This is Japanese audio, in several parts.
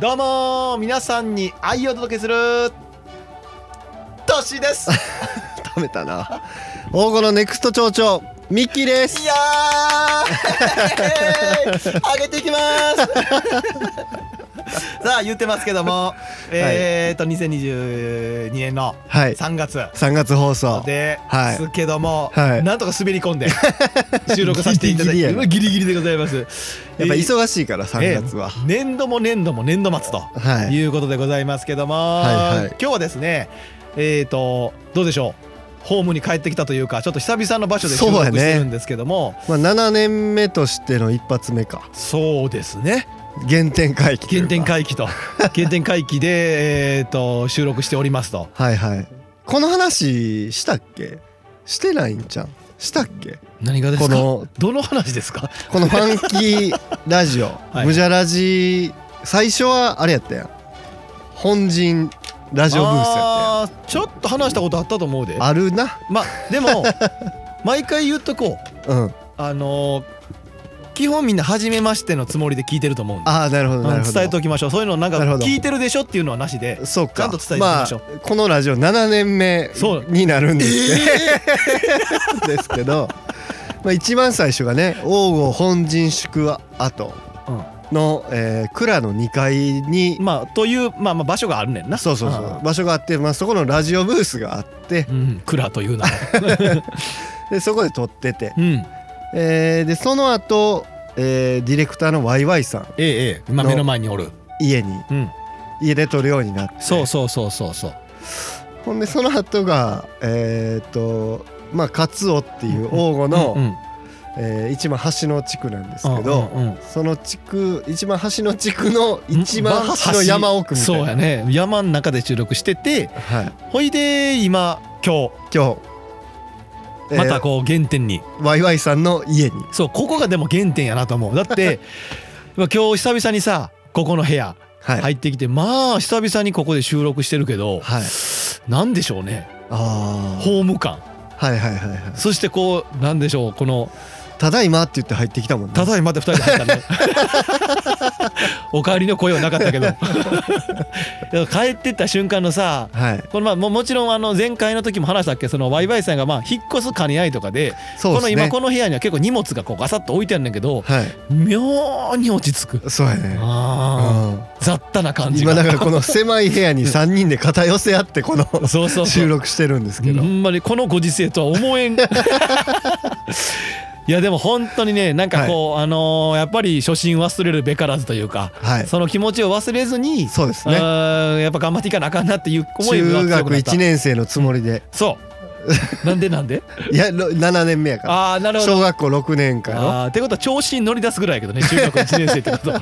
どうもー皆さんに愛をお届けするトシです食べたな王吾のネクスト町長ミッキーですいや ー上げていきます さあ言ってますけども、えーと2022年のはい3月3月放送ではいすけども、はいなんとか滑り込んで収録させていただいギリギリやてなうわギリギリでございますやっやっぱ忙しいから3えー月は、年度も年度も年度末とはいいうことでございますけども、はいはい今日はですねえー、とどうでしょうホームに帰ってきたというかちょっと久々の場所で収そう録やしねてるんですけどもまあ、7年目としての一発目かそう,、ですね原点回帰とい原うか点回帰 と原点回帰で、えー、と収録しておりますとはいはいこの話したっけしてないんじゃんしたっけ何がですこかのどの話ですかこのファンキ ーラジオ、い無邪ラジ最初はあれやったやん本陣ラジオブースやっあーちょっと話したことあったと思うでたやんあるなまあで も毎回言っとこううんあのー基本みんな初めましてのつもりで聞いてると思うんでああなるほどなうんるほど伝えておきましょうそういうのなんかなるほど聞いてるでしょっていうのはなしでそうかちゃんと伝えていきましょうあ、このラジオ7年目そうになるんですけどですけど、 まあ、一番最初がね王吾本陣宿跡の、えー蔵の2階に、まあという、まあ、まあ場所があるねんなそうそうそう場所があって、まあ、そこのラジオブースがあってうん、うん、蔵と いう名でそこで撮ってて前うんえーでその後、えーディレクターのワイワイさんええええ今の目の前におる家にうん家で撮るようになってそうそうそうそうそうほんでその後がえーっとまあカツオっていう王吾の、うんうんえー一番端の地区なんですけど、うんうんうんその地区一番端の地区の一番端の山奥みたいな、そうやね山の中で収録しててはい、ほいで今今今日、日またこう原点に、うワイワイさんの家にそうここがでも原点やなと思うだって まあ今日久々にさここの部屋はい、入ってきて、まあ久々にここで収録してるけど、はい、なんでしょうねあーホーム感はいはいはいはいそしてこうなんでしょうこのただいまって言って入ってきたもん「ねただいま」って2人で入った ねお帰りの声はなかったけ どでも帰ってった瞬間のさはいこのまあももちろんあの前回の時も話したっけそのワイワイさんがまあ引っ越す兼ね合いとかでそうでこすのね今この部屋には結構荷物がこうガサッと置いてあるんだけどはい妙に落ち着くそうやねあうんー雑多な感じ今だがからこの狭い部屋に3人で肩寄せ合ってこの そうそうそう収録してるんですけどほんまにこのご時世とは思 えんいやでも本当にねなんかこう、あのーやっぱり初心忘れるべからずというか、はいその気持ちを忘れずにそうですねあーやっぱ頑張っていかなあかんなっていう思いが強中学くなった1年生のつもりでそう なんでなんでいやろ7年目やかああなるらほど小学校6年からのあーってことは調子に乗り出すぐらいやけどね中学1年生ってこと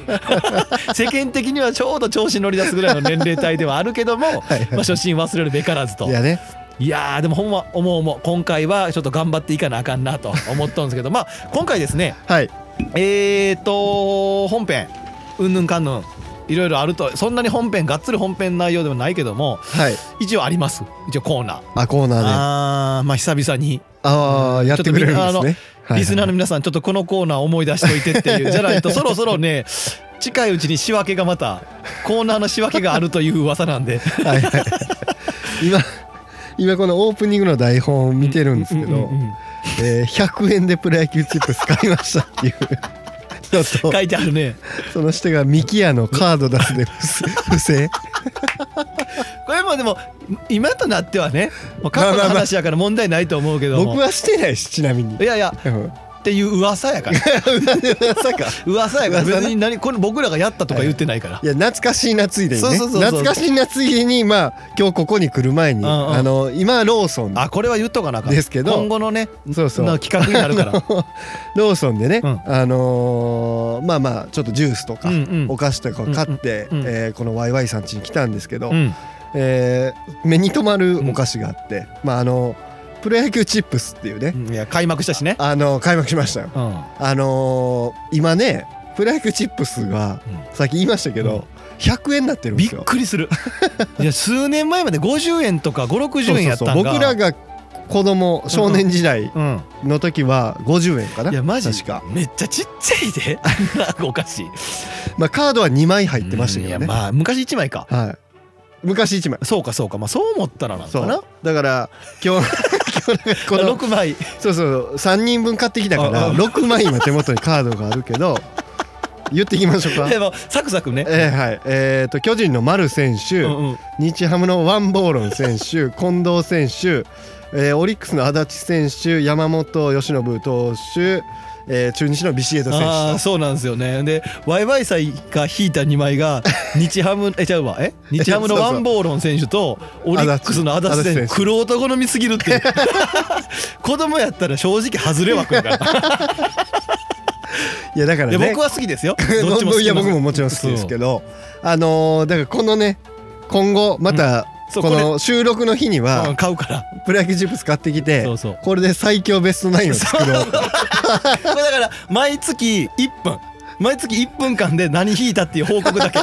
世間的にはち ょうど調子に乗り出すぐらいの年齢帯ではあるけども、はいまあ、初心忘れるべからずといやねいやーでもほんま思う思う今回はちょっと頑張っていかなあかんなと思ったんですけどまあ今回ですねはいえーと本編うんぬんかんぬんいろいろあるとそんなに本編がっつり本編内容でもないけどもはい一応あります一応コーナーあコーナーねあーまあ久々にああやってくれるんですねはいはいリスナーの皆さんちょっとこのコーナー思い出しといてっていうじゃないとそろそろ ね近いうちに仕分けがまたコーナーの仕分けがあるという噂なんではいはい今今このオープニングの台本を見てるんですけうんうどんうんえー100円でプロ野球チップス買いましたっていうのと書いてあるねその下がミキヤのカード出すで 不正不正これもでも今となってはねもう過去の話やから問題ないと思うけども僕はしてないしちなみにいやいやうんっていう噂やからさか噂やから噂ね別に何これ僕らがやったとか言ってないからいや懐かしい夏ついでにねそうそうそうそう懐かしい夏ついでにまあ今日ここに来る前に、うんうんあの今ローソンあこれは言っとかなあかんですけど今後のねそうそうな企画になる からローソンでね、うんあのーまあまあちょっとジュースとか、うんうんお菓子とか買って、うんうんうんえーこのワイワイさん家に来たんですけど、うんえー目に留まるお菓子があって、まああのプロ野球チップスっていうね、うんいや開幕したしねあの開幕しましたよ。うんあのー今ねプロ野球チップスが、うさっき言いましたけど、うん100円になってるんでびっすよ。くりす るいや数年前まで50円とか560円やったんがそうそうそう僕らが子供少年時代うんの時は50円かな、いやマジ確か、めっちゃちっちゃい であんなお菓子まあ、カードは2枚入ってましたけどうんいやね、まあ昔1枚かはい、昔1枚そうかそうかまあそう思ったらなんそかなうだから今日 今日なんかこの6枚 そうそう3人分買ってきたかあらあ6枚今手元にカードがあるけ ど言っていきましょうかでもサクサクねえーはいえー、と巨人の丸選手、うんうん日ハムのワンボーロン選手近藤選手、えーオリックスの足立選手山本由伸投手、えー中日のビシエド選ああ手そうなんですよねでワイワイ祭が引いた2枚 が日ハムえちゃうわえ日ハムのそうそうワンボーロン選手とオリックスの足立足選立手選手クロート好みすぎるっ ていう子供やったら正直外れ枠やからいやだからで ね僕 は好きですよどっちも好きなんですいや僕ももちろん好きですけどあのーだからこのね今後また、そうここれの収録の日にうはん買うからプロ野球チップス買ってきてそうそうこれで最強ベストナインを作ろうこれだから毎月1分毎月1分間で何引いたっていう報告 だけ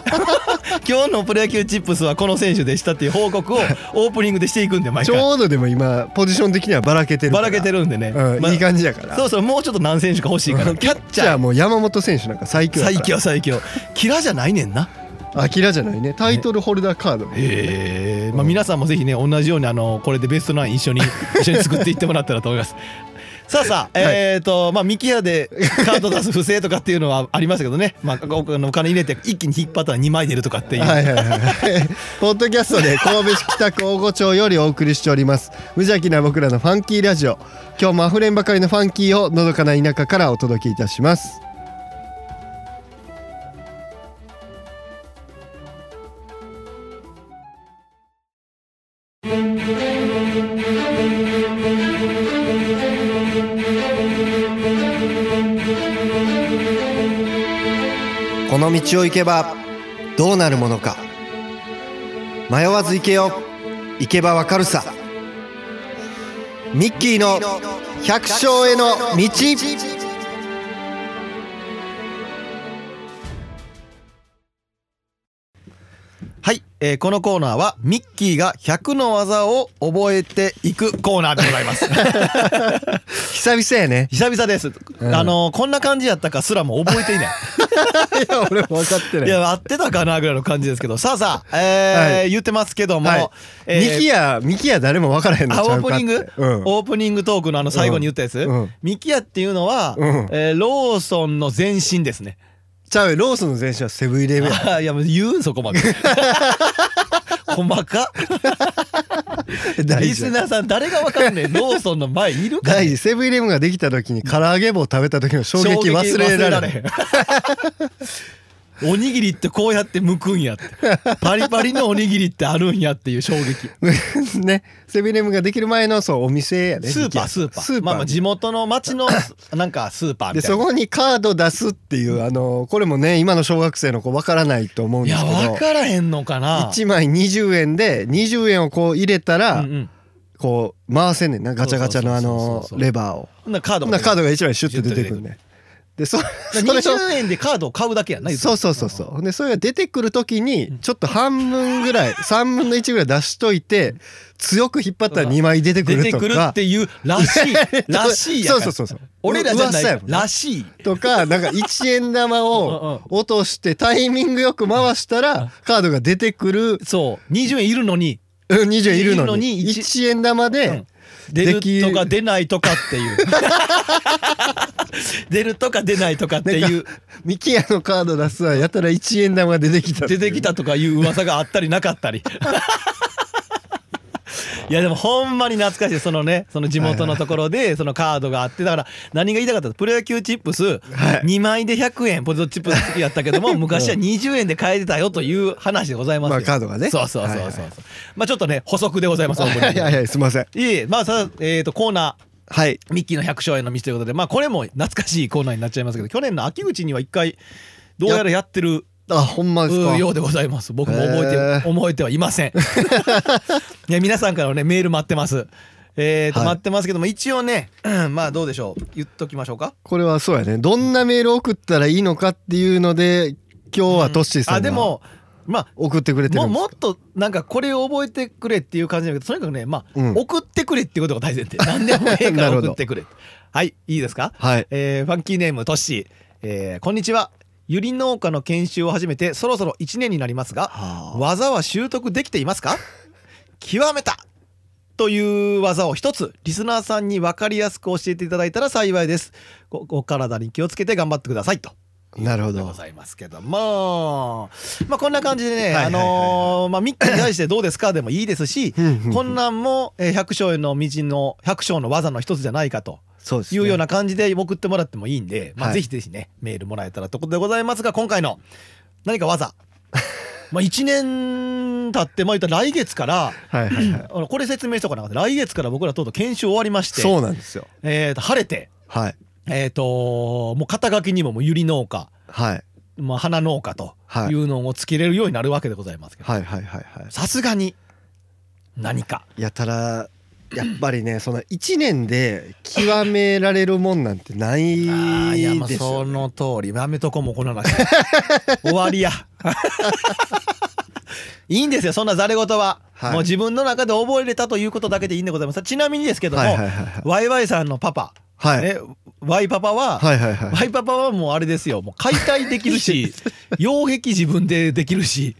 今日のプロ野球チップスはこの選手でしたっていう報告をオープニングでしていくんで毎ち回ょうどでも今ポジション的にはばらけてるかばららけてるんでね、うんまあいい感じだからそうそうもうちょっと何選手か欲しい からキャッチじゃャあーもう山本選手なんか最強だから最強最強キラじゃないねんなアキラじゃないねタイトルホルダーカード、へえ、まあ、皆さんもぜひね同じようにあのこれでベストナイン一 緒に一緒に作っていってもらったらと思いますさあ さあ、はいえっ、とまあ見切屋でカード出す不正とかっていうの はありましたけどね、まあ、おお金入れて一気に引っ張ったら2枚出るとかっていう、はいはいはい。ポッドキャストで神戸市北区大御町よりお送りしております。無邪気な僕らのファンキーラジオ。今日も溢れんばかりのファンキーをのどかな田舎からお届けいたします。この道を行けばどうなるものか迷わず行けよ行けばわかるさミッキーの百姓への道はい、えーこのコーナーはミッキーが100の技を覚えていくコーナーでございます 久々やね久々です、うんあのこんな感じやったかすらも覚えていない いや俺も分かってないいや、合ってたかなぐらいの感じ ですけど、さあさあ、えーはい言ってますけども、はいえーミキヤミキヤ誰も分からへんのちあゃオうープかっニてング、うんオープニングトークのあの最後に言ったやつ、うんミキヤっていうのは、うんえーローソンの前身ですね。ちゃうよローソンの前身はセブンイレブンやあ ーいや、もう言うそこまで。 細か 大リ事スだナーさん誰がわかんねえローソンの前いるか大事セブンイレブンができた時に唐揚げ棒食べた時の衝撃忘れられへんへん おにぎりってこうやって剥くんやってパリパリのおにぎりってあるんやっていう衝撃 ねセブンイレブンができる前のそうお店やねスーパーミキヤスーパースーパーまあまあ地元の町 のなんかスーパーみでたいそなこにカード出すっていうあのこれもね今の小学生の子分からないと思うんいですやけど分からへんのかな1枚20円で20円をこう入れたら、うんうんこう回せんねんなガチャガチャのあそうそうそうのそうレバーをほんならカードもほんならカードが1枚シュッて出てくるねでそだそかられと20円でカードを買うだけやんな言ったそうそうそうそうほんでそれが出てくる時にちょっと半分ぐら い3分の1ぐらい出しといて強く引っ張ったら2枚出てく出るてとくるかっていうらしいらしいやん そうそうそうそう俺らじゃな噂やいもんねらしいとか、なんか1円玉 を落としてタイミングよく回したらカードが出てくる、そう20円いるのにうん20円いいるのに、るのに1円玉で、出できるとか出ないとかっていう 出るとか出ないとかっていうミキヤのカード出すわ、やたら1円玉が出てきた。 出てき。たとかいう噂があったりなかったりいやでもほんまに懐かしいそのねその地元のところでそのカードがあってだから何が言いたかったプロ野球チップス2枚で100円ポテトチップス好きやったけど も昔は20円で買えてたよという話でございますよまあカードがねそうそうそうそうはいそはうまあちょっとね補足でございますオープニンはグいはいはいすいませんいえいえまあさえっとコーナーはいミッキーの百姓への道ということでまあこれも懐かしいコーナーになっちゃいますけど去年の秋口には一回どうやらやってるあほんまですうかんようでございます僕も覚えへてー思えてはい ませんいや皆さんからのねメール待ってますえーと、はい待ってますけども一応ね、 うんまあどうでしょう言っときましょうかこれはそうやねどんなメール送ったらいいのかっていうので今日はトッシーさんが、あでもまあ送ってくれてもるんですもっとなんかこれを覚えてくれっていう感じだけどとにかくねまあ、うん送ってくれっていうことが大前提何でもええか ならるほど送ってくれはいいいですかはいえーファンキーネームトッシー、えーこんにちはゆり農家の研修を始めてそろそろ1年になりますが、はあ技は習得できていますか極めたという技を一つリスナーさんに分かりやすく教えていただいたら幸いですごお体に気をつけて頑張ってくださいとなるほでごどざいますけどもまあこんな感じでねはあいはいはいはいのーまあミッキーに対してどうですかでもいいですしうんうんうんこんなんもえー百姓への道の百姓の技の一つじゃないかとそうですいねうような感じで送ってもらってもいいんで、まあ、はいぜひぜひねメールもらえたらということでございますが今回の何か 技まあ1年経ってまあ言ったら来月からはいはいはいあのこれ説明しとかなかった来月から僕らとうとう研修終わりまして、そうなんですよえーと晴れて、はいえー、ともう肩書きにももうゆり農家、はいまあ、花農家とはいいうのをつけれるようになるわけでございますけどはいはいはいはいさすがに何かやたらやっぱりねその1年で極められるもんなんてないですあーいやまあよその通りやめとこうもうこの 話終わりやいいんですよそんなざれ言は、はいもう自分の中で覚えれたということだけでいいんでございますちなみにですけども、はいはいはいはいワイワイさんのパパ、はいねワイパパは、はいはいはワイパパはもうあれですよもう解体できるし擁壁自分でできるしい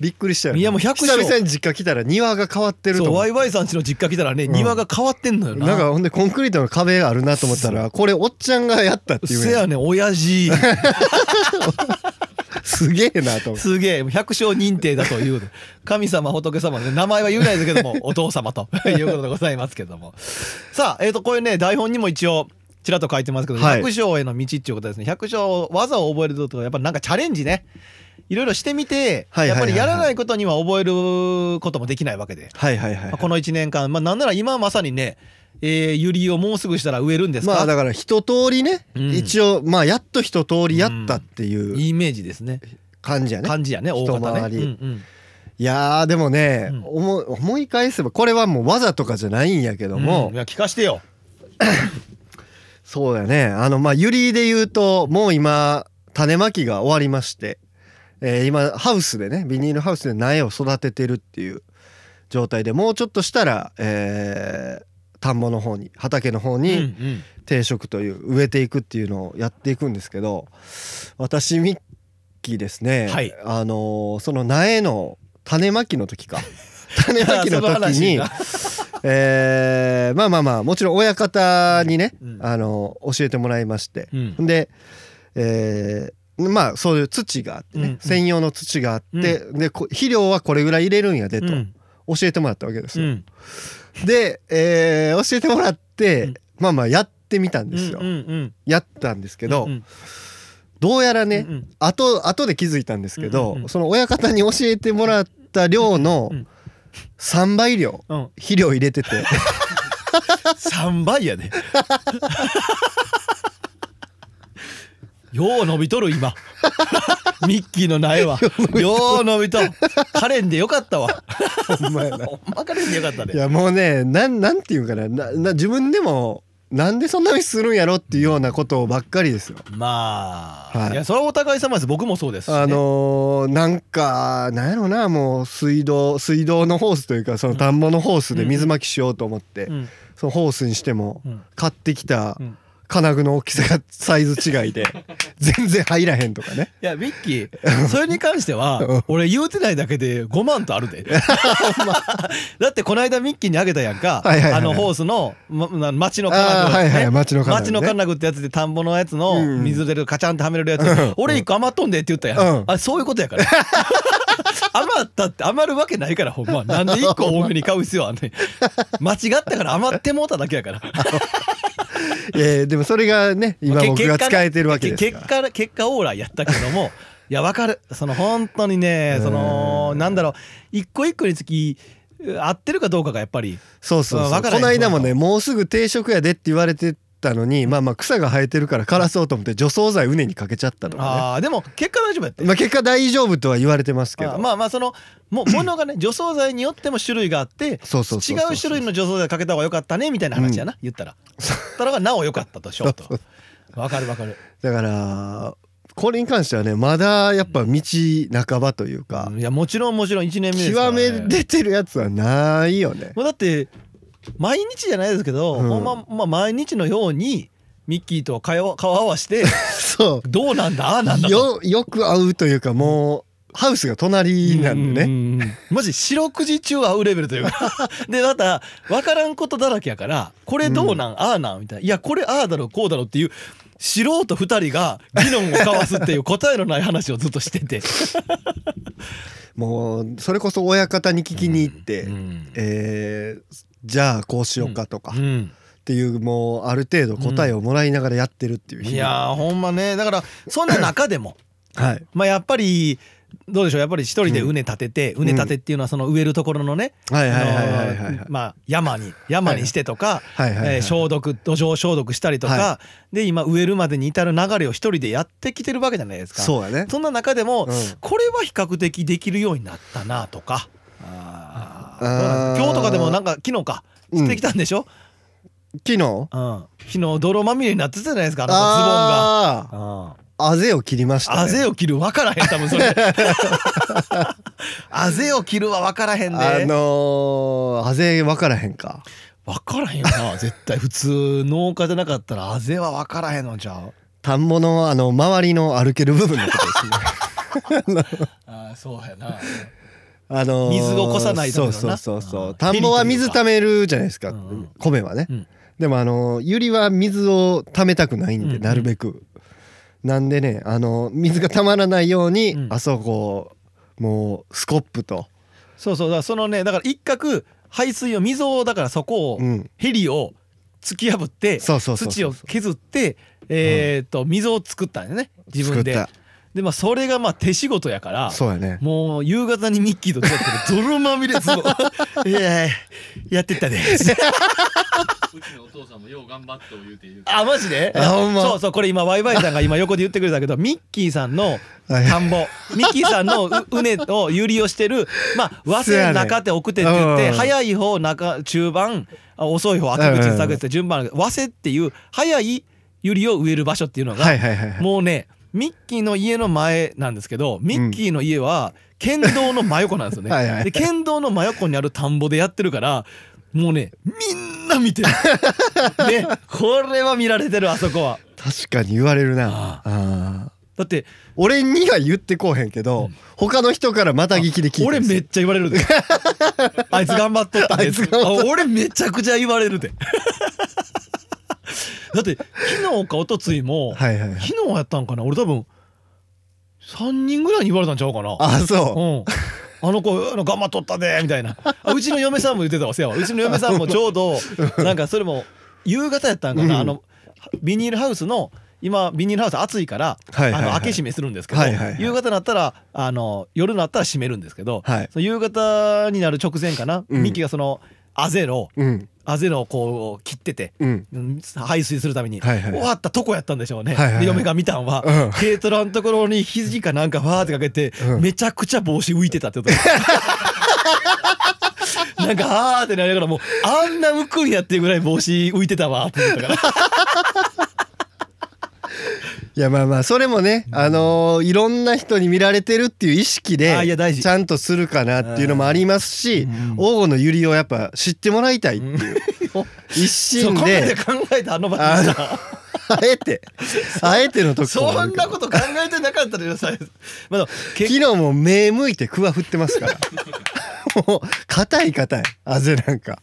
びっくりしたよ、いやもう100勝久々に実家来たら庭が変わってるとそう思ワうイワイさん家の実家来たらね、庭が変わってんのよななんかほんでコンクリートの壁があるなと思ったらこれおっちゃんがやったっていうせやねん親父すげえなと思ってすげえ百姓認定だという 神様仏様のね名前は言えないですけどもお父様ということでございますけどもさあえっ、とこういうね台本にも一応ちらっと書いてますけど、はい百姓への道っていうことですね百姓技を覚えるとかやっぱりなんかチャレンジねいろいろしてみて、はいはいはいはいやっぱりやらないことには覚えることもできないわけで、はいはいはいまあこの1年間、まあ、なんなら今まさにね、えー、ユリをもうすぐしたら植えるんですか,、まあだから一通りね、うん一応まあやっと一通りやったっていういいイメージですね感じやね、感じやね大方ね一回りうんうんいやーでもね、うん思い思い返せばこれはもう技とかじゃないんやけども、うんいや聞かしてよそうだねあのまあユリで言うともう今種まきが終わりまして、えー今ハウスでねビニールハウスで苗を育ててるっていう状態でもうちょっとしたら、えー田んぼの方に畑の方うんうにん定食という植えていくっていうのをやっていくんですけど私ミッキーですね、はいあのーその苗の種まきの 時か種まきのいやその時話にがえーまあまあまあもちろん親方にね、うんあのー教えてもらいまして、うんで、えーまあそういう土があってね、うんうん専用の土があって、でこ肥料はこれぐらい入れるんやでとうん教えてもらったわけですうよ。んで、えー教えてもらって、うんまあまあやってみたんですよ。うんうんうんやったんですけど、うんうんどうやらね、うんうん後後で気づいたんですけど、うんうんうんその親方に教えてもらった量のうんうん3倍量うん肥料入れてて 3倍やで よう伸びとる今ミッキーの苗はよう伸びとるカレンでよかったわほんまや なほんまカレンでよかったいねやもうねなんなんていうんかななな自分でもなんでそんなミスするんやろっていうようなことばっかりですよ。まあ、、はいいやそれはお互い様です僕もそうですしね、あのーなんかなんやろなもう水道水道のホースというかその田んぼのホースで水まきしようと思って、うんそのホースにしてもうん買ってきたうん金具の大きさがサイズ違 いで全然入らへんとかねいや、ミッキー、それに関しては、俺言うてないだけで5万とあ るで。ほんまだって、この間ミッキーにあげたやんか、はいはいはあいのホースの、ま、な町の金具、あーはいはい町の金具ね町の金具ってやつで田んぼのやつのうん水でカチャンってはめれるやつ、俺一個余っとんでって言ったやん。うんあそういうことやから。 余ったって余るわけないからほんまなんで一個多めに買う必要はねん間違ったから余ってもうただけやからえーでもそれがね今け僕が使えてるわけです結か果ね結結果オーライやったけど もいやわかるその本当にねうんそのなんだろう一個一個につき合ってるかどうかがやっぱりそうそうまそあわうからこへんの間もねもうすぐ定食やでって言われてたのにまあまあ草が生えてるから枯らそうと思って除草剤うねにかけちゃったとかあーでも結果大丈夫やってねまあ結果大丈夫とは言われてますけあどまあまあそのも ものがね除草剤によっても種類があってそうそうそうそう違う種類の除草剤かけた方が良かったねみたいな話やな、言ったらたらがなお良かったとしようと わかるわかる、だからこれに関してはねまだやっぱ道半ばというかうんいやもちろんもちろん1年目ですから、極ね、め出てるやつはないよねもうだって毎日じゃないですけど、うんほんままあ、毎日のようにミッキーと会話顔合わせ てそうどうなんだああなんだとよよく会うというかもうハウスが隣なんでうねんうんマジ四六時中会うレベルという かでまた分からんことだらけやからこれどうなん、ああなんみたいないやこれああだろこうだろっていう素人二人が議論を交わすっていう答えのない話をずっとして て、もうそれこそ親方に聞きに行って、うんえーじゃあこうしようかとかうっんていうもうある程度答えをもらいながらやってるっていう日いやーほんまねだからそんな中でもはいまあやっぱりどうでしょうやっぱり一人で畝立てて、畝立てっていうのはその植えるところのね、はいはいはいはいあはのいーまあ山に山にしてとか、はいはいはいえー消毒土壌消毒したりとか、はで今植えるまでに至る流れを一人でやってきてるわけじゃないですか。そうやねそんな中でも、うんこれは比較的できるようになったなとかあー今日とかでもなんか昨日かうんしてきたんでしょ、昨う日ん昨日泥まみれになってたじゃないですかあのあズボンが。うんあぜを切りました、ね、あぜを切る分からへん多分そ れあぜを切るは分からへんあねのー、あぜ分からへんか分からへんな絶対普通農家じゃなかったらあぜは分からへんのじゃう田んぼのあの周りの歩ける部分のことですねあそうやなあのー水をこさないためそのうなそうそうそあーう田んぼは水ピリというか溜めるじゃないですか、うんうん米はね、うんでもあのーユリは水を溜めたくないんで、うんなるべくなんでねあのー水が溜まらないように、 うんあそこもうスコップとそうそうだからそのねだから一角排水を溝をだからそこを、うんヘリを突き破ってそうそうそう土そうを削ってえーっと溝を作ったんだよね自分で作っでまあそれがまあ手仕事やからたそうやねもう夕方にミッキーと出会ってる泥まみれズボン いやいややってったねうちのお父さんもよう頑張ってを言うて言うてあマジであほんまそうそうこれ今ワイワイさんが今横で言ってくれたけどミッキーさんの田んぼミッキーさんのううねをゆりをしてるまあ和そうや製ね中手奥手って言っうてん早い方中中盤あ遅い方赤口下口って順番あるけど和製っていう早いゆりを植える場所っていうのがはいはいはいはいもうねミッキーの家の前なんですけどミッキーの家は県道の真横なんですよね はいはいで県道の真横にある田んぼでやってるからもうねみんな見てる ねこれは見られてるあそこは確かに言われるあなああだって俺には言ってこうへんけど、他の人からまた聞きで聞いてる俺めっちゃ言われ るであいつ頑張っとったあでいつ頑張っとっ俺めちゃくちゃ言われるで だって昨日か一昨日も、はいはいは い昨日やったんかな俺多分3人ぐらいに言われたんちゃうかなあそう、うん、あの子あの頑張っとったでみたいなあうちの嫁さんも言ってたわせやわうちの嫁さんもちょう どなんかそれも夕方やったんかな、うんあのビニールハウスの今ビニールハウス暑いから、はいはいはいあの開け閉めするんですけど、はいはいはい夕方になったらあの夜になったら閉めるんですけど、はいその夕方になる直前かな、うんミキがそのアゼロうんアゼロをこう切ってて、うんうん排水するために、はいはい終わったとこやったんでしょうね、はいはいはいで嫁が見たんは、うん軽トラのところに肘かなんかファーってかけて、うんめちゃくちゃ帽子浮いてたってこと なんかあーってなりながらもうあんな浮くんやっていうぐらい帽子浮いてたわって言ったからいやまあまあそれもね、あのーいろんな人に見られてるっていう意識であいや大事ちゃんとするかなっていうのもありますし、うん王吾のゆりをやっぱ知ってもらいたいっていう、一そ心こまでで考えてあの場にしたあえてあえての時もそあんるなかこらと考えてなかったでさ、まだ結昨日も目向いてクワ振ってま すからもう硬い硬いあぜなんか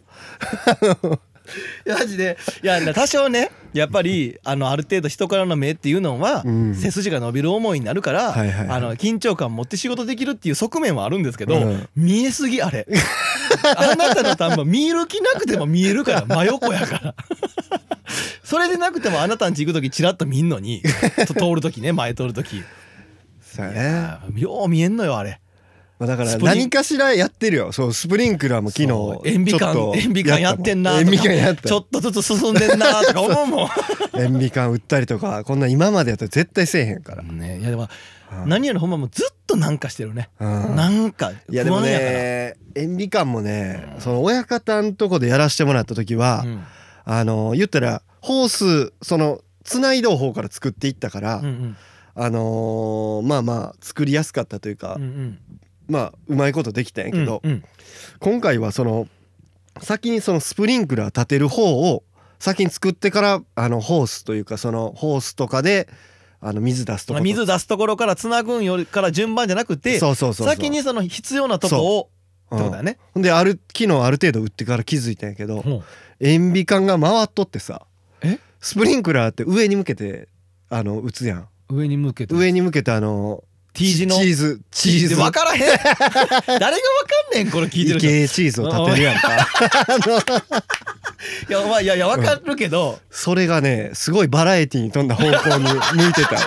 マジでいや多少ねやっぱりあのある程度人からの目っていうのは、うん背筋が伸びる思いになるから、はいはいはいあの緊張感持って仕事できるっていう側面はあるんですけど、うん見えすぎあれ あなたの丹波見える気なくても見えるから真横やからそれでなくてもあなたんち行く時チラッと見んのにと通る時ね前通る時そうやねあよう見えんのよあれまあだからスプリン何かしらやってるよそうスプリンクラーも昨日そう塩ビ感ちょっと塩ビ感やってんなやとっかたも塩ビ感やったちょっとずつ進んでんなとか思う もん塩ビ感売ったりとかこんな今までやったら絶対せえへんからねいやでも、うん 何よりほんまもうずっとなんかしてるね、うんなんかいやで不も安やからね塩ビ感もねその親方んとこでやらしてもらった時は、うんあの言ったらホースそのつないどう方から作っていったから、うんあのーまあまあ作りやすかったというか、うんうんまあうまいことできたんやうけんど、うん今回はその先にそのスプリンクラー立てる方を先に作ってからあのホースというかそのホースとかであの水出すとまあこと水出すところからつなぐんよりから順番じゃなくてそうそうそうそう先にその必要なとこをってことだね、うんである昨日ある程度打ってから気づいたんやけどほ塩ビ管が回っとってさえスプリンクラーって上に向けてあの打つやんう上に向けて上に向けてあの T 字のチーズチーズ分からへん 誰が分かんねんこれ聞いてる人いチーズを立てるやんかや,、まあ、いやいや分かるけど、それがねすごいバラエティに富んだ方向に向いてた よ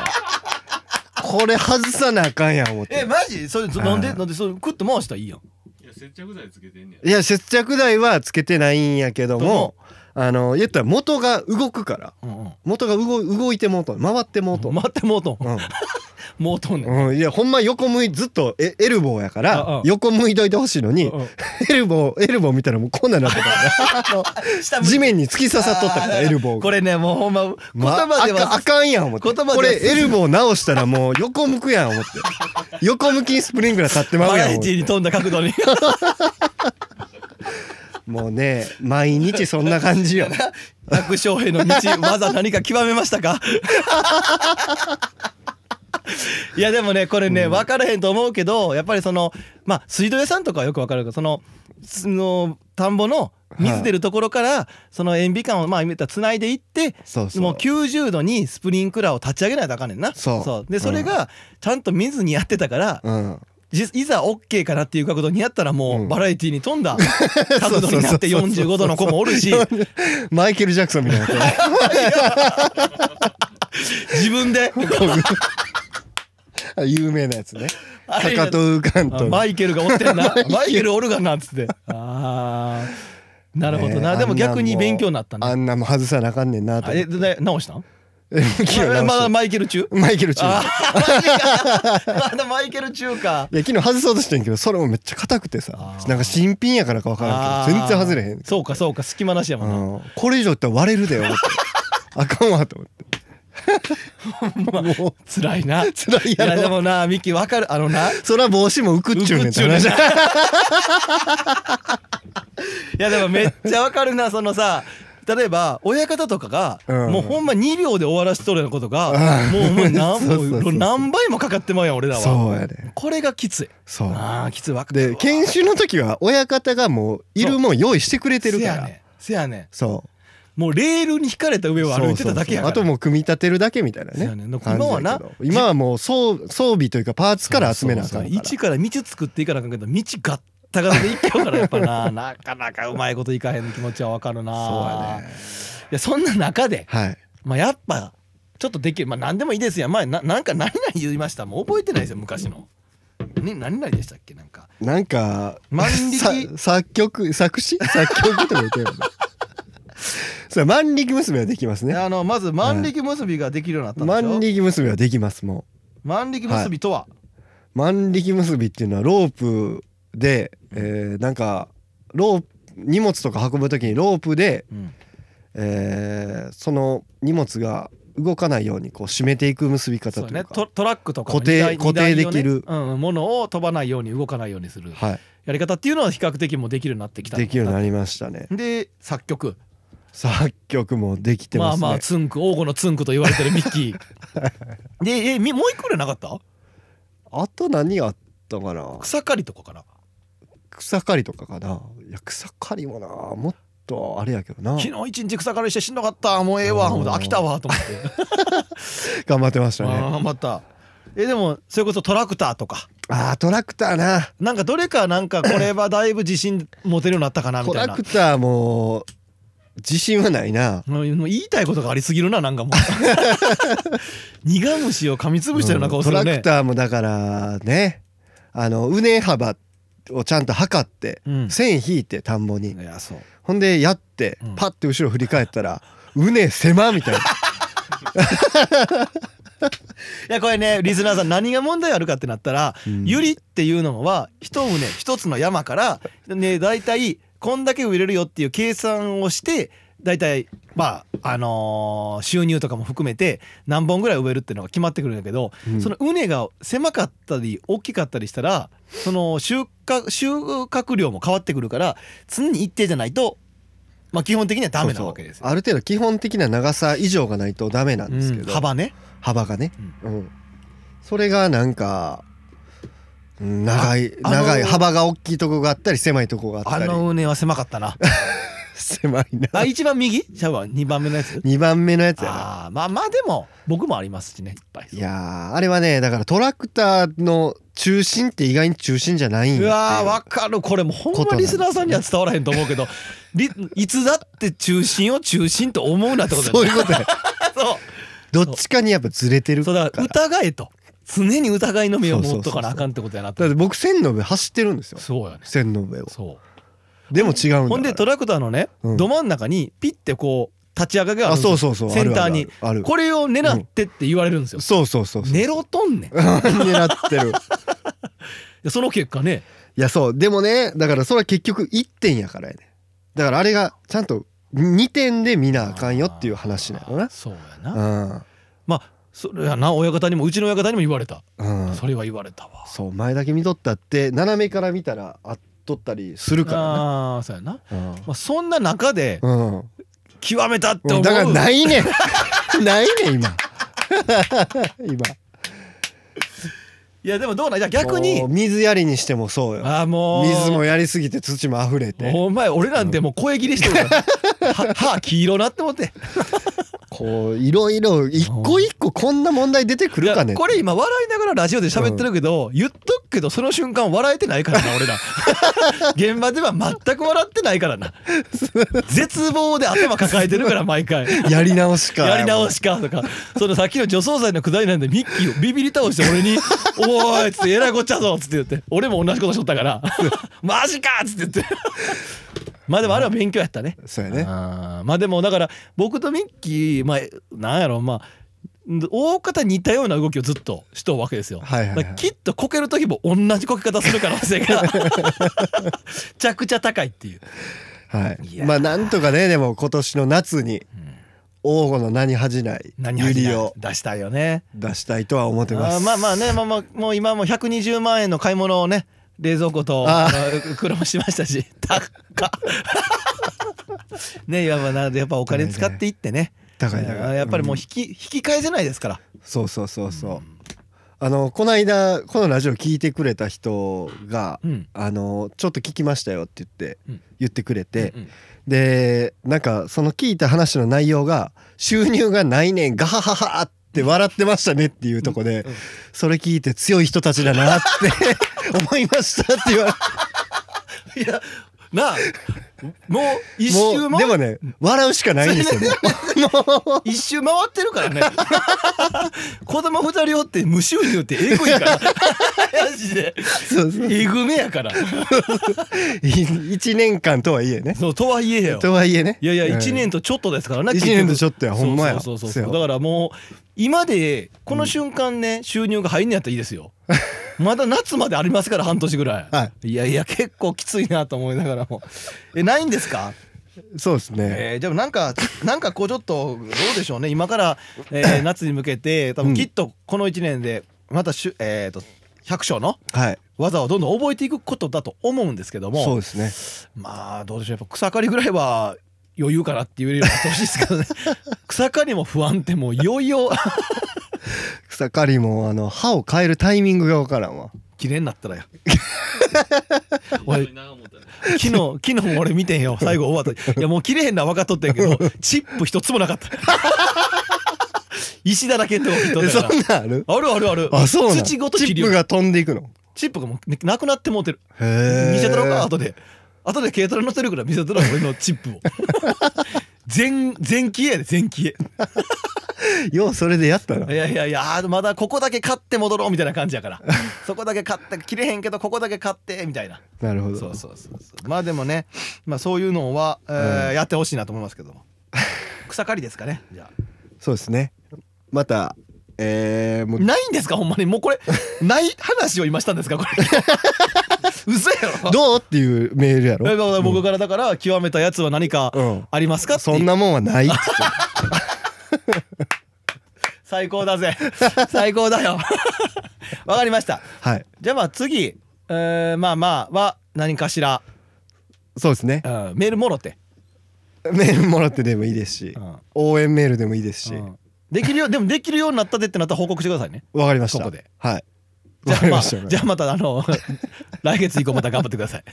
これ外さなあかんやん思っえてマジそれーなんでなんでそれクッと回したらいいやんいや接着剤つけてんねやいや接着剤はつけてないんやけどもあの言ったら元が動くからうんうん元が動い動いてもうとん回ってもうとん待ってもうとんもうとんねんうん、うん、いやほんま横向いずっとエエルボーやかああら横向いといてほしいのにうんうんエルボーエルボー見たらもうこんなんなっ てたからね下向いて地面に突き刺さっとったからエルボーがこれねもうほんま言まあ葉であかはあかんやん思って言葉ではこれエルボー直したらもう横向くやん思って横向きにスプリングラー立ってまバうやラんエ思っティにて飛んだ角 度にもうね毎日そんな 感じよ楽勝平の道わざ何か極めましたか いやでもねこれね分からへんと思うけどやっぱりそのまあ水道屋さんとかはよく分かるけどそのその田んぼの水出るところからその塩ビ管をまあ言ったらつないでいってそうそうもう90度にスプリンクラーを立ち上げないとあかんねんなそうでそれがちゃんと水にやってたからうんじいざ OK かなっていう角度にやったらもううバラエティに富ん だ角度になってそうそうそうそう45度の子もおるし マイケル・ジャクソンみたいなこう自分で有名なやつ ねあれかかと浮かんあとマイケルがおってんなマイケルおるがなっつってああなるほどな、ねでも逆あんにん勉強になったあねんなんも外さなあかんねんなとあ思っえ てで直したん向きを直してまだマイケル中マイケル中あいー マジかまだマイケル中かや昨日外そうとしてんけどそれもめっちゃ硬くてさあーなんか新品やからか分からんけど全然外れへあんーそうかそうか隙間なしやもんな、うんこれ以上いったら割れるでよ思ってあかんわと思って も辛いな 辛いやろいやでもなミッキーわかるあのなそら帽子も浮くっちゅうねんって話浮くっいやでもめっちゃわかるなそ のさ例えば親方とかが、うんもうほんま2秒で終わらしとるようなことが、うんもうお前何 そうそうそうもう何倍もかかってまうやん俺らはそうやでこれがきついそうあーきついわかで研修の時は親方がもういるもん用意してくれてるせかやらねせやねそうもうレールに引かれた上を歩いてただけやからそうそうそうあともう組み立てるだけみたいなそねうやねんな感じやけど今はな今はもう装装備というかパーツから集めなあかんそうかそうら一から道作っていかなあかんけど道ガッタガタでいっちゃうからやっぱななかなかうまいこといかへん気持ちはわかるなそうやねいやそんな中ではいまあ、やっぱちょっとできるまあ何でもいいですやん前ななんか何々言いましたもう覚えてないですよ昔の。ね、何々でしたっけなんかなんか万さ力作曲作詞作曲とか言ってる よねそう万力娘はできますねあのまず万力結びができるようになったんでしょ、万力結びはできますも万力結びとは、う万力結びっていうのはロープで、えーなんかロープ荷物とか運ぶ時にロープで、うんえーその荷物が動かないようにこう締めていく結びそ方うといねうかトトラックとか固定荷台荷台をね固定できるうんうん、ものを飛ばないように動かないようにするはいやり方っていうのは比較的もうできるようになってきたできるようになりましたねで作曲作曲もできてままあすね、まあツンク王子のツンクと言われてるミッキ ーでえみもう一個ぐらいなかったあ、と何があったかな草刈りとかかな草刈りとかかないや草刈りもなもっとあれやけどな昨日一日草刈りしてしんどかったもうええわあー思って飽きたわと思って頑張ってましたねああまたえでもそれこそトラクターとかあートラクターななんかどれかなんかこれはだいぶ自信持てるようになったかなみトたいラなクターも自信はないなもうもう言いたいことがありすぎるななんかもう 苦虫を噛みつぶしたような顔すトるラクねターもだからねあのうね幅をちゃんと測って、うん線引いて田んぼにいやそうほんでやって、うんパッて後ろ振り返ったら「うね狭」みたいないやこれねリスナーさん何が問題あるかってなったらうん ゆりっていうのは一棟一つの山からね大体こんだけ植えれるよっていう計算をして大体まああのー収入とかも含めて何本ぐらい植えるっていうのが決まってくるんだけど、うんその畝が狭かったり大きかったりしたらその収穫収穫量も変わってくるから常に一定じゃないと、まあ、基本的にはダメなわけですそうそうよ。ある程度基本的な長さ以上がないとダメなんですけど、うん幅ね幅がね、うんそれがなんかうん長いああのー長い幅が大きいとこがあったり狭いとこがああったりの畝は狭かったな。 狭いなあ一番右シャワー2番目のやつ2番目のやつやなあーまあまあでも僕もありますしねいっぱいいやーあれはねだからトラクターの中心って意外に中心じゃないんうやわーわかるこれもうほんまリスナーさんには伝わらへんと思うけどリいつだって中心を中心と思うなってことそうだいうことや そどっちかにやっぱずれてるうそうだから疑えと常に疑いの目を持っとかなあかんってことやなとだって僕線の上走ってるんですよそうやね線の上をそでも違うんだうほんでトララクターのね、うんど真ん中にピッてこう立ち上がりがあるあんですよそうそうそうセンターにあるあるあるこれを狙ってって言われるんですよ、そうそうそうそう寝ろとんねん狙っ てるでその結果ねいやそうでもねだからそれは結局1点やからやねだからあれがちゃんと2点で見なあかんよっていう話なのなそうやな、うんまあそれやな親方にもうちの親方にも言われた、うんそれは言われたわそう前だけ見とったって斜めから見たらあっとったりするかああーそうやな、まらなあ、そんな中でうん、うん極めたって思うんうだからないいね んないねん今 今いやでもどうなんじゃあ逆にもう水やりにしてもそうよあーもう水もやりすぎて土も溢れてお前俺なんてもう声切れしてるからは歯黄色なって思ってこういろいろ一個一個こんな問題出てくいるかやねこれ今笑いながらラジオで喋ってるけど、言っとくけどその瞬間笑えてないからな俺 ら現場では全く笑ってないからな絶望で頭抱えてるから毎回やり直しかやり直しかとかそのさっきの除草剤のくだりなんでミッキーをビビり倒して俺 に「おーい」っつって「えらいこっちゃぞ」っつって言って俺も同じことしとったから 「マジか!」っつって言ってまあでもあれは勉強やったねそうやねあーまあでもだから僕とミッキーまあなんやろまあ大方似たような動きをずっとしとるわけですよ、はいはいはいだからきっとこける時も同じこけ方する可能性が めちゃくちゃ高いっていうはいいやーまあなんとかねでも今年の夏に王吾の名に恥じない何ユ恥じリないを出したいよね出したいとは思ってまあーすまあまあねまあまあもう今もう120万円の買い物をね冷蔵庫とあーあの苦労しました し高っねやっぱなのでやっぱお金使っていってね高い高いあーやっぱりもう引き、引き返せないですからそうそうそうそう、あのこの間このラジオ聞いてくれた人が、うんあのちょっと聞きましたよって言って、うん言ってくれて、うんうんでなんかその聞いた話の内容が「収入がないねんガハハハ」って笑ってましたねっていうとこで、それ聞いて強い人たちだなって 思いましたって言われいやなあもう一周もうでも回ね笑うしかないんですよね 一周回ってるからね 子供二人おって無収入ってえぐいから マジでそうそうえぐめやから1年間とはいえねそうとはいえよとはいえねいやいやうん1年とちょっとですからね、一結局年とちょっとやほんまやそうそうせそうそやうだからもう今でこの瞬間ね、収入が入んのやったらいいです よまだ夏までありますから半年ぐらい、、はいやいや結構きついなと思いながらもえないんですかそうですね、えー、でもなんかなんかこうちょっとどうでしょうね今から、えー 夏に向けて多分きっとこの1年でまたしゅ、えー、と百姓のはい技をどんどん覚えていくことだと思うんですけどもそうですねまあどうでしょうやっぱ草刈りぐらいは余裕かなって言えるようになってほしいですけどね 草刈りも不安ってもういよい よ草刈りもあの歯を変えるタイミングが分からんわ綺麗になったらよおい長持ったね昨日昨日も俺見てんよ最後終わったいやもう切れへんな分かっとってんけどチップ一つもなかった石だらけのとこ切っとっえたそからんなんあるあるあるあるあそうなん土ごとチ切るッよプが飛んでいくのチップがもうなくなってもうてるへえ見せたろうか後で後で軽トラ乗ってるから見せたろう俺のチッ プを全全消えやで全消ようそれでやったなえいやいやいやあーまだここだけ買って戻ろうみたいな感じやから そこだけ買って切れへんけどここだけ買ってみたいななるほそうどそうそうそうまあでもね、まあ、そういうのは、えーやってほしいなと思いますけ ども草刈りですかねじゃあそうですねまたえー、もうないんですかほんまにもう これない話を今したんですかこれ嘘やろどうっていうメールやいやろだから僕からだから極めたやつは何かうんありますかっていうそんなもんはないっつって 最高だぜ 最高だよ わかりましたはいじゃあまあ次、えーまあまあは何かしら、そうですねうんメールもろて、メールもらってでもいいですし、うん応援メールでもいいですし、うんできるよでもできるようになったでってなったら報告してくださ いねわかりましたここではいじわゃかありままあした、じゃあまたあ の来月以降また頑張ってください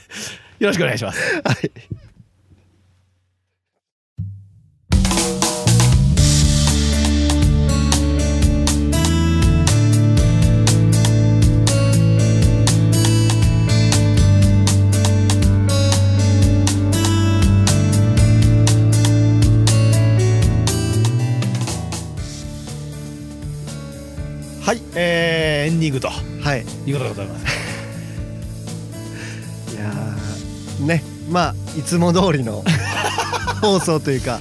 よろしくお願いしますはいはいえー、エンディングとはいいうことでございますいやーねまあいつも通り の放送というか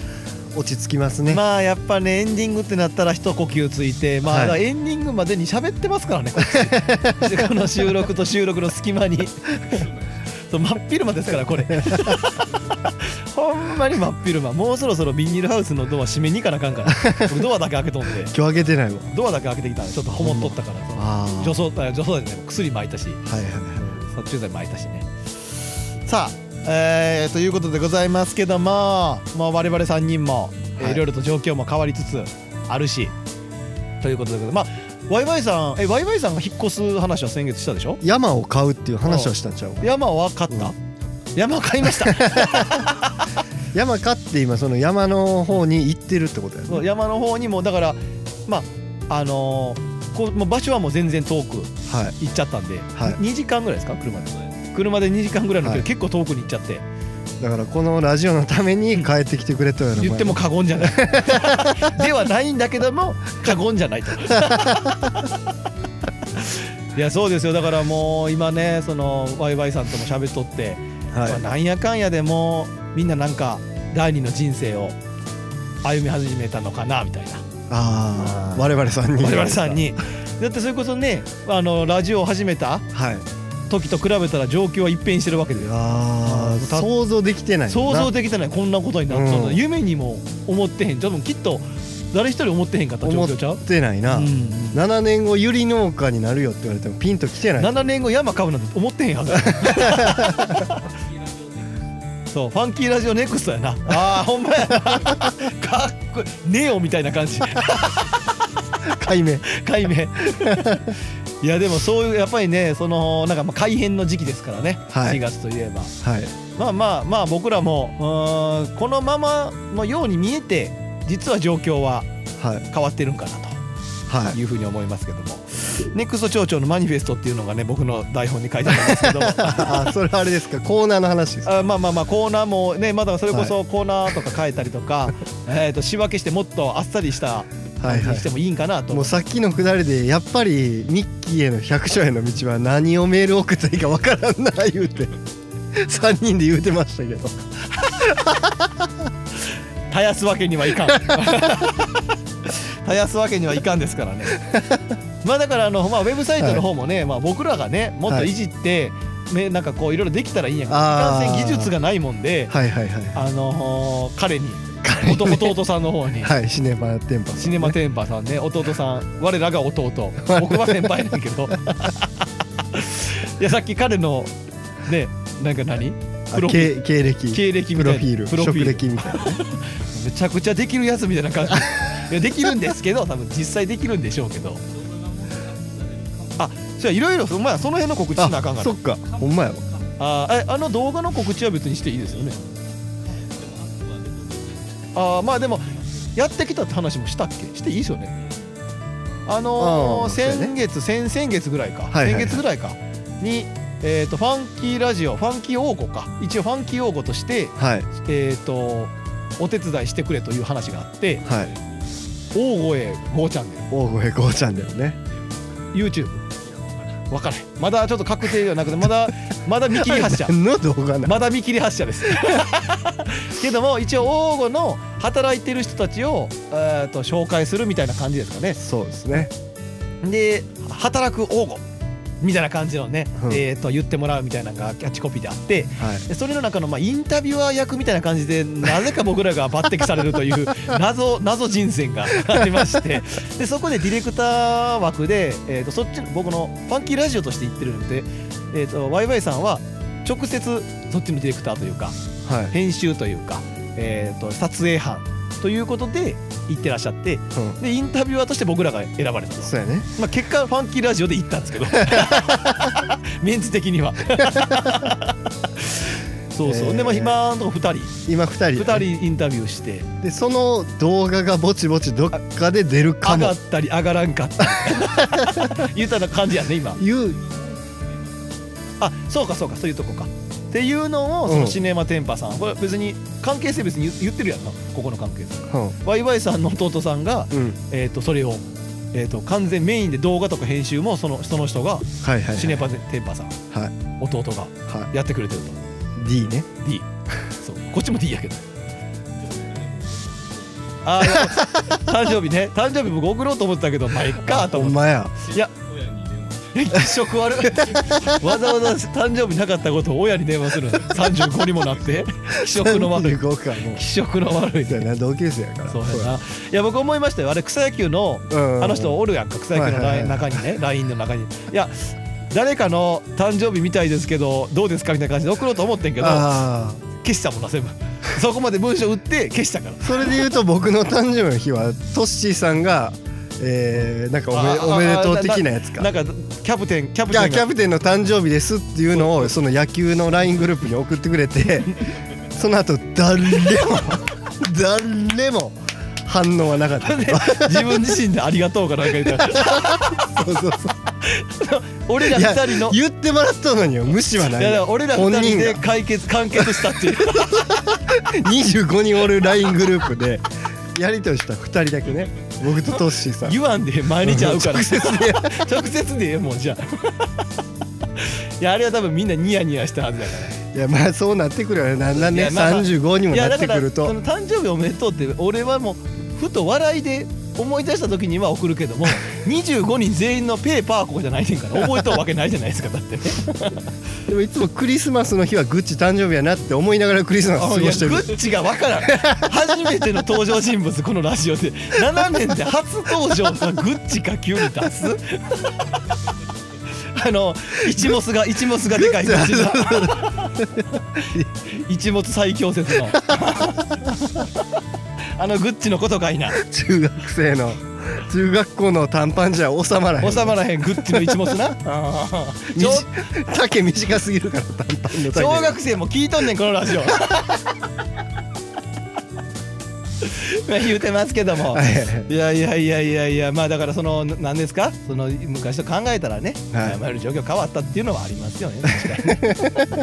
落ち着きますね、まあやっぱねエンディングってなったら一呼吸ついてまあ、はいエンディングまでに喋ってますからねこっ ちこの収録と収録の隙間にそう真っ昼間ですからこれ ほんまに真っ昼間もうそろそろビニールハウスのドア閉めに行かなあかんから僕ドアだけ開けとんで今日開けてないもんドアだけ開けてきたんでちょっとほもっとったから、あー除草あ除草剤じゃない薬撒いたしはいはいは殺虫剤撒いたしねさあえーということでございますけども、まあ、我々3人も、えーはいいろいろと状況も変わりつつあるしということでございますまあワイワイさんえワイワイさんが引っ越す話は先月したでしょい山を買うっていう話はしたんちゃうか山は買った、山買いました 山買って今その山の方に行ってるってことやそうね山の方にもだからまああのーこうもう場所はもう全然遠くはい行っちゃったんで、はい2時間ぐらいですか車で車で2時間ぐらいの距離、はい結構遠くに行っちゃってだからこのラジオのために帰ってきてくれたような言っても前過言じゃない ではないんだけども過言じゃ ないといやそうですよだからもう今ねそのワイワイさんとも喋っとって、はまあなんいやかんやでもうみんななんか第二の人生を歩み始めたのかなみたいなああ我々さんに我々さんにだってそれこそねあのラジオを始めたはい時と比べたら状況は一変してるわけでいすやよーた想像できてない想像でできてないこんなことになってたんだ、うん夢にも思ってへん多分きっと誰一人思ってへんかった状思っ況ちゃうてないな、うん7年後ゆり農家になるよって言われてもピンときてない7年後山買うなんて思ってへんはず そうファンキーラジオネクストやなあーほんまやなかっこいいネオみたいな感じ 解明解明 いやでもそういうやっぱりねそのなんかまあ改変の時期ですからね、はい4月といえばはいまあまあまあ僕らもうーんこのままのように見えて実は状況ははい変わってるんかなはと いいうふうに思いますけども、ネクスト町長のマニフェストっていうのがね僕の台本に書いてあるんですけ どもあそれあれですかコーナーの話ですかあまあまあまあコーナーもねまだそれこそコーナーとか変えたりとか、えーと仕分けしてもっとあっさりしたは感いじはにしていもいいんかなと、もうさっきのくだりでやっぱりミッキーへの百姓への道は何をメール送ったらいいかわからんな言うて3人で言うてましたけど絶やすわけにはいか ん絶やすわけにはいかんですから ねまあだからあの、まあ、ウェブサイトの方もね、まあ、僕らがねもっといじって、ね、なんかこういろいろできたらいいんやけどいあーかんせん技術がないもんではいはいはいあのー彼に彼に弟弟さんの方にはいシネマテンパシネマテンパさんね弟さん我らが弟僕は先輩なんやけどいやさっき彼のねなんか何プロフィ経経歴経歴みプたいロなフィールプロフィール職歴みたいなめちゃくちゃできるやつみたいな感じ いやできるんですけど多分実際できるんでしょうけどあじゃあいろいろお前その辺の告知しなあかんからそっかほんまやわあーえあの動画の告知は別にしていいですよねあーまあでもやってきたって話もしたっけしていいですよねあのーあーそうやね先月先々月ぐらいか、はいはいはい先月ぐらいかに、えー、とファンキーラジオファンキー王子か一応ファンキー王子として、はいえー、とお手伝いしてくれという話があってはい大声ゴーチャンネ大声ゴーチャンネルねル YouTube 分からへんまだちょっと確定ではなくてまだまだ見切り発車何の動画なのまだ見切り発車 ですけども一応王吾の働いてる人たちを、えー、と紹介するみたいな感じですかねそうですねで働く王吾みたいな感じのね、うんえー、と言ってもらうみたいなのがキャッチコピーであってはいでそれの中の、まあ、インタビュアー役みたいな感じでなぜか僕らが抜擢されると いう謎謎人選がありましてでそこでディレクター枠で、えー、とそっちの僕のファンキーラジオとして言ってるんで、えー、とワイワイさんは直接そっちのディレクターというかはい編集というか、えー、と撮影班ということで行ってらっしゃってうんでインタビュアーとして僕らが選ばれたと。そうやねまあ、結果ファンキーラジオで行ったんで すけどメンツ的にはそうそう、えーでまあ今のとこ二人今2人二人インタビューしてでその動画がぼちぼちどっかで出るか上がもったり上がらんかった り言ったような感じやね今いうあそうかそうかそういうとこかっていうのをうんそのシネマテンパさん、これ別に関係性別に言言ってるやんなここの関係性うワイワイさんの弟さんが、ん、うん、えー、とそれを、えー、と完全メインで動画とか編集もそのその人がはいはい、はい、シネマテンパさんはい弟がはやってくれてると。い D ね D そうこっちも D やけどああ誕生日ね誕生日僕送ろうと思ってたけどまあいっかと思ほんってまやいや親に電話一色悪いわざわざ誕生日なかったことを親に電話するの35にもな って気色の悪い35か も気色の悪いうそうやな同級生やからそうやないや僕思いましたよあれ草野球のそうやうんあの人おるやんか草野球のはラインいはいはい中にね LINE の中にいや誰かの誕生日みたいですけどどうですかみたいな感じで送ろうと思ってんけどあ消したもんな全部 そこまで文章打って消したからあそれで言うと僕の誕生日の日はトッシーさんがえー、なんかおめああおめでとう的なやつかなんかキャプテンキャプじゃテあンキャがプテンの誕生日ですっていうのをその野球の LINE グループに送ってく れてその後誰も誰も反応はなかったで自分自身でありがとうかなんか言ったら そうそうそう俺らいや二人の言ってもらったのには無視はないいやだから俺ら本二人人でが解決完結した っていう25人おる LINE グループでやりとりした2人だけね僕とトッシーさん言わんで毎日会うから 直接ね 直接でええもんじゃあ いやあれは多分みんなニヤニヤしたはずだからいやまあそうなってくるよねだんだんいねやまあまあ35にもいやなだかってらくるそとの誕生日おめでとうって俺はもうふと笑いで思い出した時には送るけ ども25人全員のペーパーコじゃないねんから覚えとうわけないじゃないですかだってねでもいつもクリスマスの日はグッチ誕生日やなって思いながらクリスマス過いごやしてるグッチがわからん初めての登場人物このラジオで7年で初登場のグッチが急に出す あの一モスが一モスがでかいグッチが 一モス最強説の あのグッチのことかいな中学生の中学校の短パンじゃ収まらへん収まらへんグッチの一モス なああみじ丈短すぎるから短パンの丈小学生も聞いとんねんこのラジオ まあ言うてますけども、はいいはいやはいいやいやいやいやまあだからそのな何ですかその昔と考えたらね、はいまあまる状況変わったっていうのはありますよね確か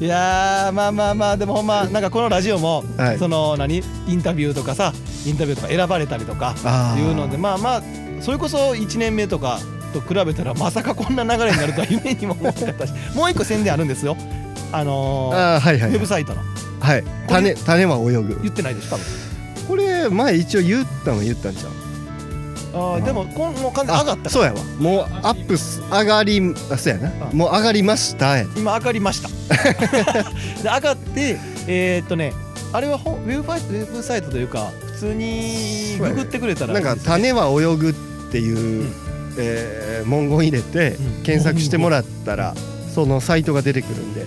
に いやーまあまあまあでもほんまなんかこのラジオも、はいその何インタビューとかさインタビューとか選ばれたりとかあーいうのでまあまあそれこそ1年目とかと比べたらまさかこんな流れになるとは夢にも思わなか ったしもう一個宣伝あるんですよあのーああはいはいウェはブい、サイトのはい、種種は泳ぐ言ってないでしょ多分これ前一応言ったの言ったんちゃうあーでもこんもう完全に上がったそうやわもうアップす上がりあそうやなあもう上がりましたや今上がりました で上がってえー、っとねあれはほんウェブファイトウェブサイトというか普通にググってくれたらなんか「種は泳ぐ」っていう、うんえー文言入れてうん検索してもらったらそのサイトが出てくるんで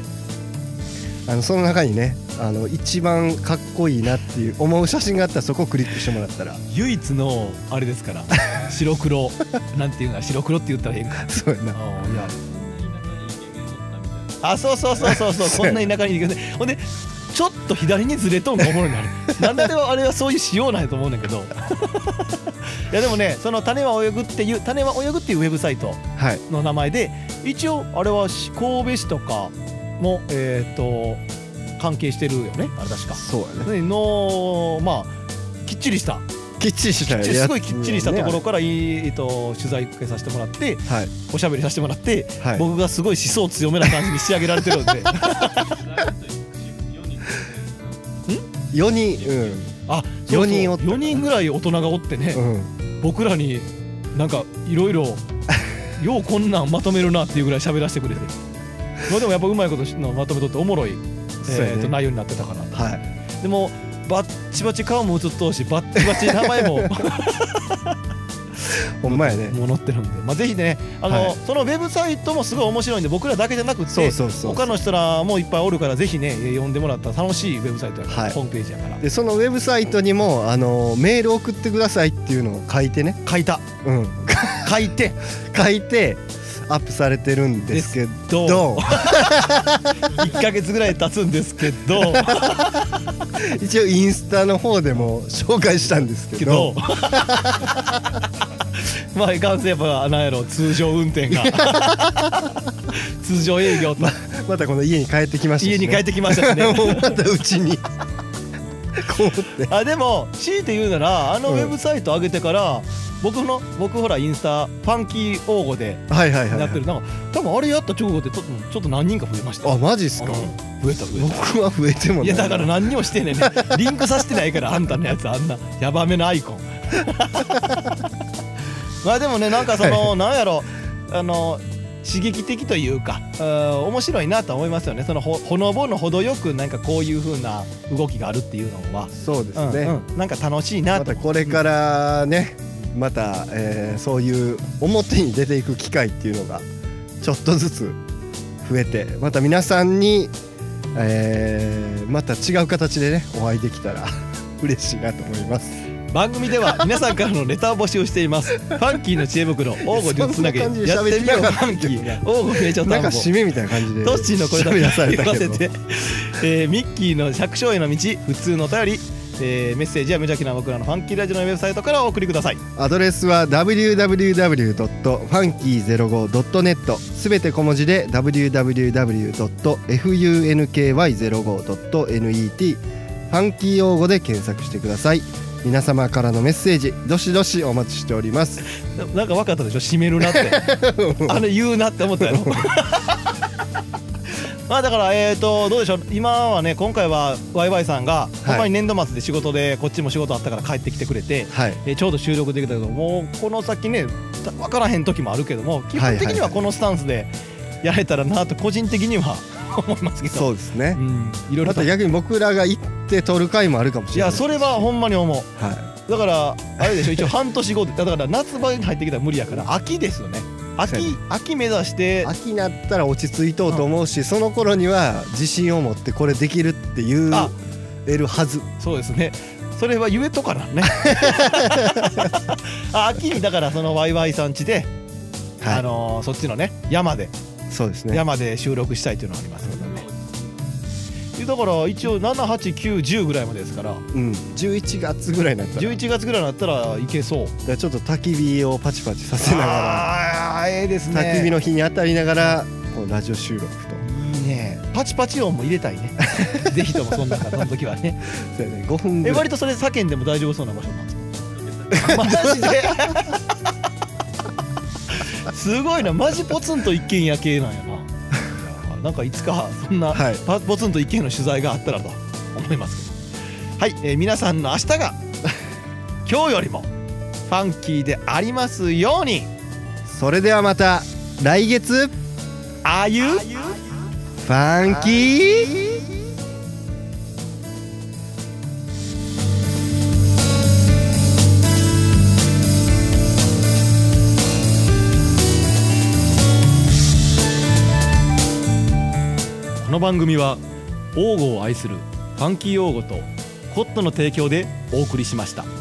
あのその中にねあの一番かっこいいなっていう思う写真があったらそこをクリックしてもらっ たら唯一のあれですから 白黒なんていうか白黒って言ったらええんかそうやなあいやイケメンおったみたいなあそうそうそうそう そうこんな田舎にいるけどねほんでちょっと左にずれとんがおもろいなあ れなんであれはあれはそういう仕様なんやと思うんだけ どいやでもねその「種は泳ぐ」っていう「種は泳ぐ」っていうウェブサイトはいの名前で一応あれはし神戸市とかもえっ、と関係してるよねあれ確かそうやねでのまあきっちりしたきっちりしたやつすごいきっちりしたところから、いいえっと、取材受けさせてもらってはいおしゃべりさせてもらって、はい僕がすごい思想強めな感じに仕上げられてるん で4人うんあそうそう四人おったから四人ぐらい大人がおってね、うん、僕らになんかいろい ろようこんなんまとめるなっていうぐらい喋らせてくれてまあでもやっぱうまいことしのまとめとっておもろい、そうやえーとね内容になってたかなとはいでもバッチバチ顔も映っとうしバッチバチ名前 もほんまやねもう載ってるんで、まあ、ぜひねあの、はいそのウェブサイトもすごい面白いんで僕らだけじゃなくてそうそうそう他の人らもいっぱいおるからぜひねえー読んでもらったら楽しいウェブサイトやから、はいホームページやからでそのウェブサイトにもあのメール送ってくださいっていうのを書いてね、書いたうん、書いて書いてアップされてるんですけどうど1か月ぐらい経つんですけ ど 一応インスタの方でも紹介したんですけけどど まあいかんせんやっぱなんやろ通常運転が 通常営業とまたこの家に帰ってきましたし、ね、家に帰ってきましたしね もうまたう ちにこうってあでも強いて言うならあのうウんェブサイト上げてから、僕の僕ほらインスタファンキー応募ではいはいはい、やってる、なんか多分あれやった直後でちょっとちょっと何人か増えましたあマジっすうんか増えた増えた僕は増えてもないいやだから何にもしてねえね リンクさせてないからあんたのやつあんなヤバめのア イコンまあでもねなんかそのなんやろあの刺激的というかうん面白いなと思いますよねそのほほのぼの程よくなんかこういう風な動きがあるっていうのはそうですね、うんうん、なんか楽しいなまとたこれからねまた、えーそういう表に出ていく機会っていうのがちょっとずつ増えてまた皆さんに、えーまた違う形でねお会いできたら 嬉しいなと思います番組で は皆さんからのレターを募集をしていますファンキーの知恵袋王吾術つなげやそっんてみような感じで喋ってなかったファンキ ー王吾名所な探んか訪締めみたいな感じでトッシーの声だけ喋らされ言たわけせどて、えーミッキーの百姓への道普通のお便り、えーメッセージは無邪気な僕らのファンキーラジオのウェブサイトからお送りくださいアドレスは www.funky05.net すべて小文字で www.funky05.net ファンキー用語で検索してください皆様からのメッセージどしどしお待ちしておりますななんか分かったでしょ締めるなって あれ言うなって思ったやろ まあだからえっ、とどうでしょう今はね今回はワイワイさんがほんまに年度末で仕事でこっちも仕事あったから帰ってきてくれて、はいえーちょうど収録できたけどもうこの先ねた分からへん時もあるけども基本的にはこのスタンスでやれたらなと個人的には思いますけどそうですねうん、いろいろまとた逆に僕らが行って撮る回もあるかもしいれないやそれはほんまに思うはだからあれでしょ一応半年後でだから夏場に入ってきたら無理やから秋ですよね秋そうやね秋目指してい秋になったら落ち着いとうと思うし、その頃には自信を持ってこれできるって言あえるはずそうですねそれはゆえとか なんねあ秋にだからそのワイワイさん家で、はいあのーそっちのね山で、そうですね山で収録したいというのがありますけどねいうだから一応78910ぐらいまでですからうん11月ぐらいになったら11月ぐらいになったらいけそうだから ちょっと焚き火をパチパチさせながああーええですらね焚き火の日に当たりながらこうラジオ収録といいねパチパチ音も入れたいね ぜひともそんなその時はねそうやね5分 ぐえらい割とそれ叫んでも大丈夫そうな場所なんですか マジですごいなマジポツンと一軒家系 なんやななんかいつかそんな、はいパポツンと一軒家の取材があったらと思いますけどはい、えー皆さんの明日 が今日よりもファンキーでありますようにそれではまた来月フああいうァンキーこの番組は王語を愛するファンキー王語とコットの提供でお送りしました。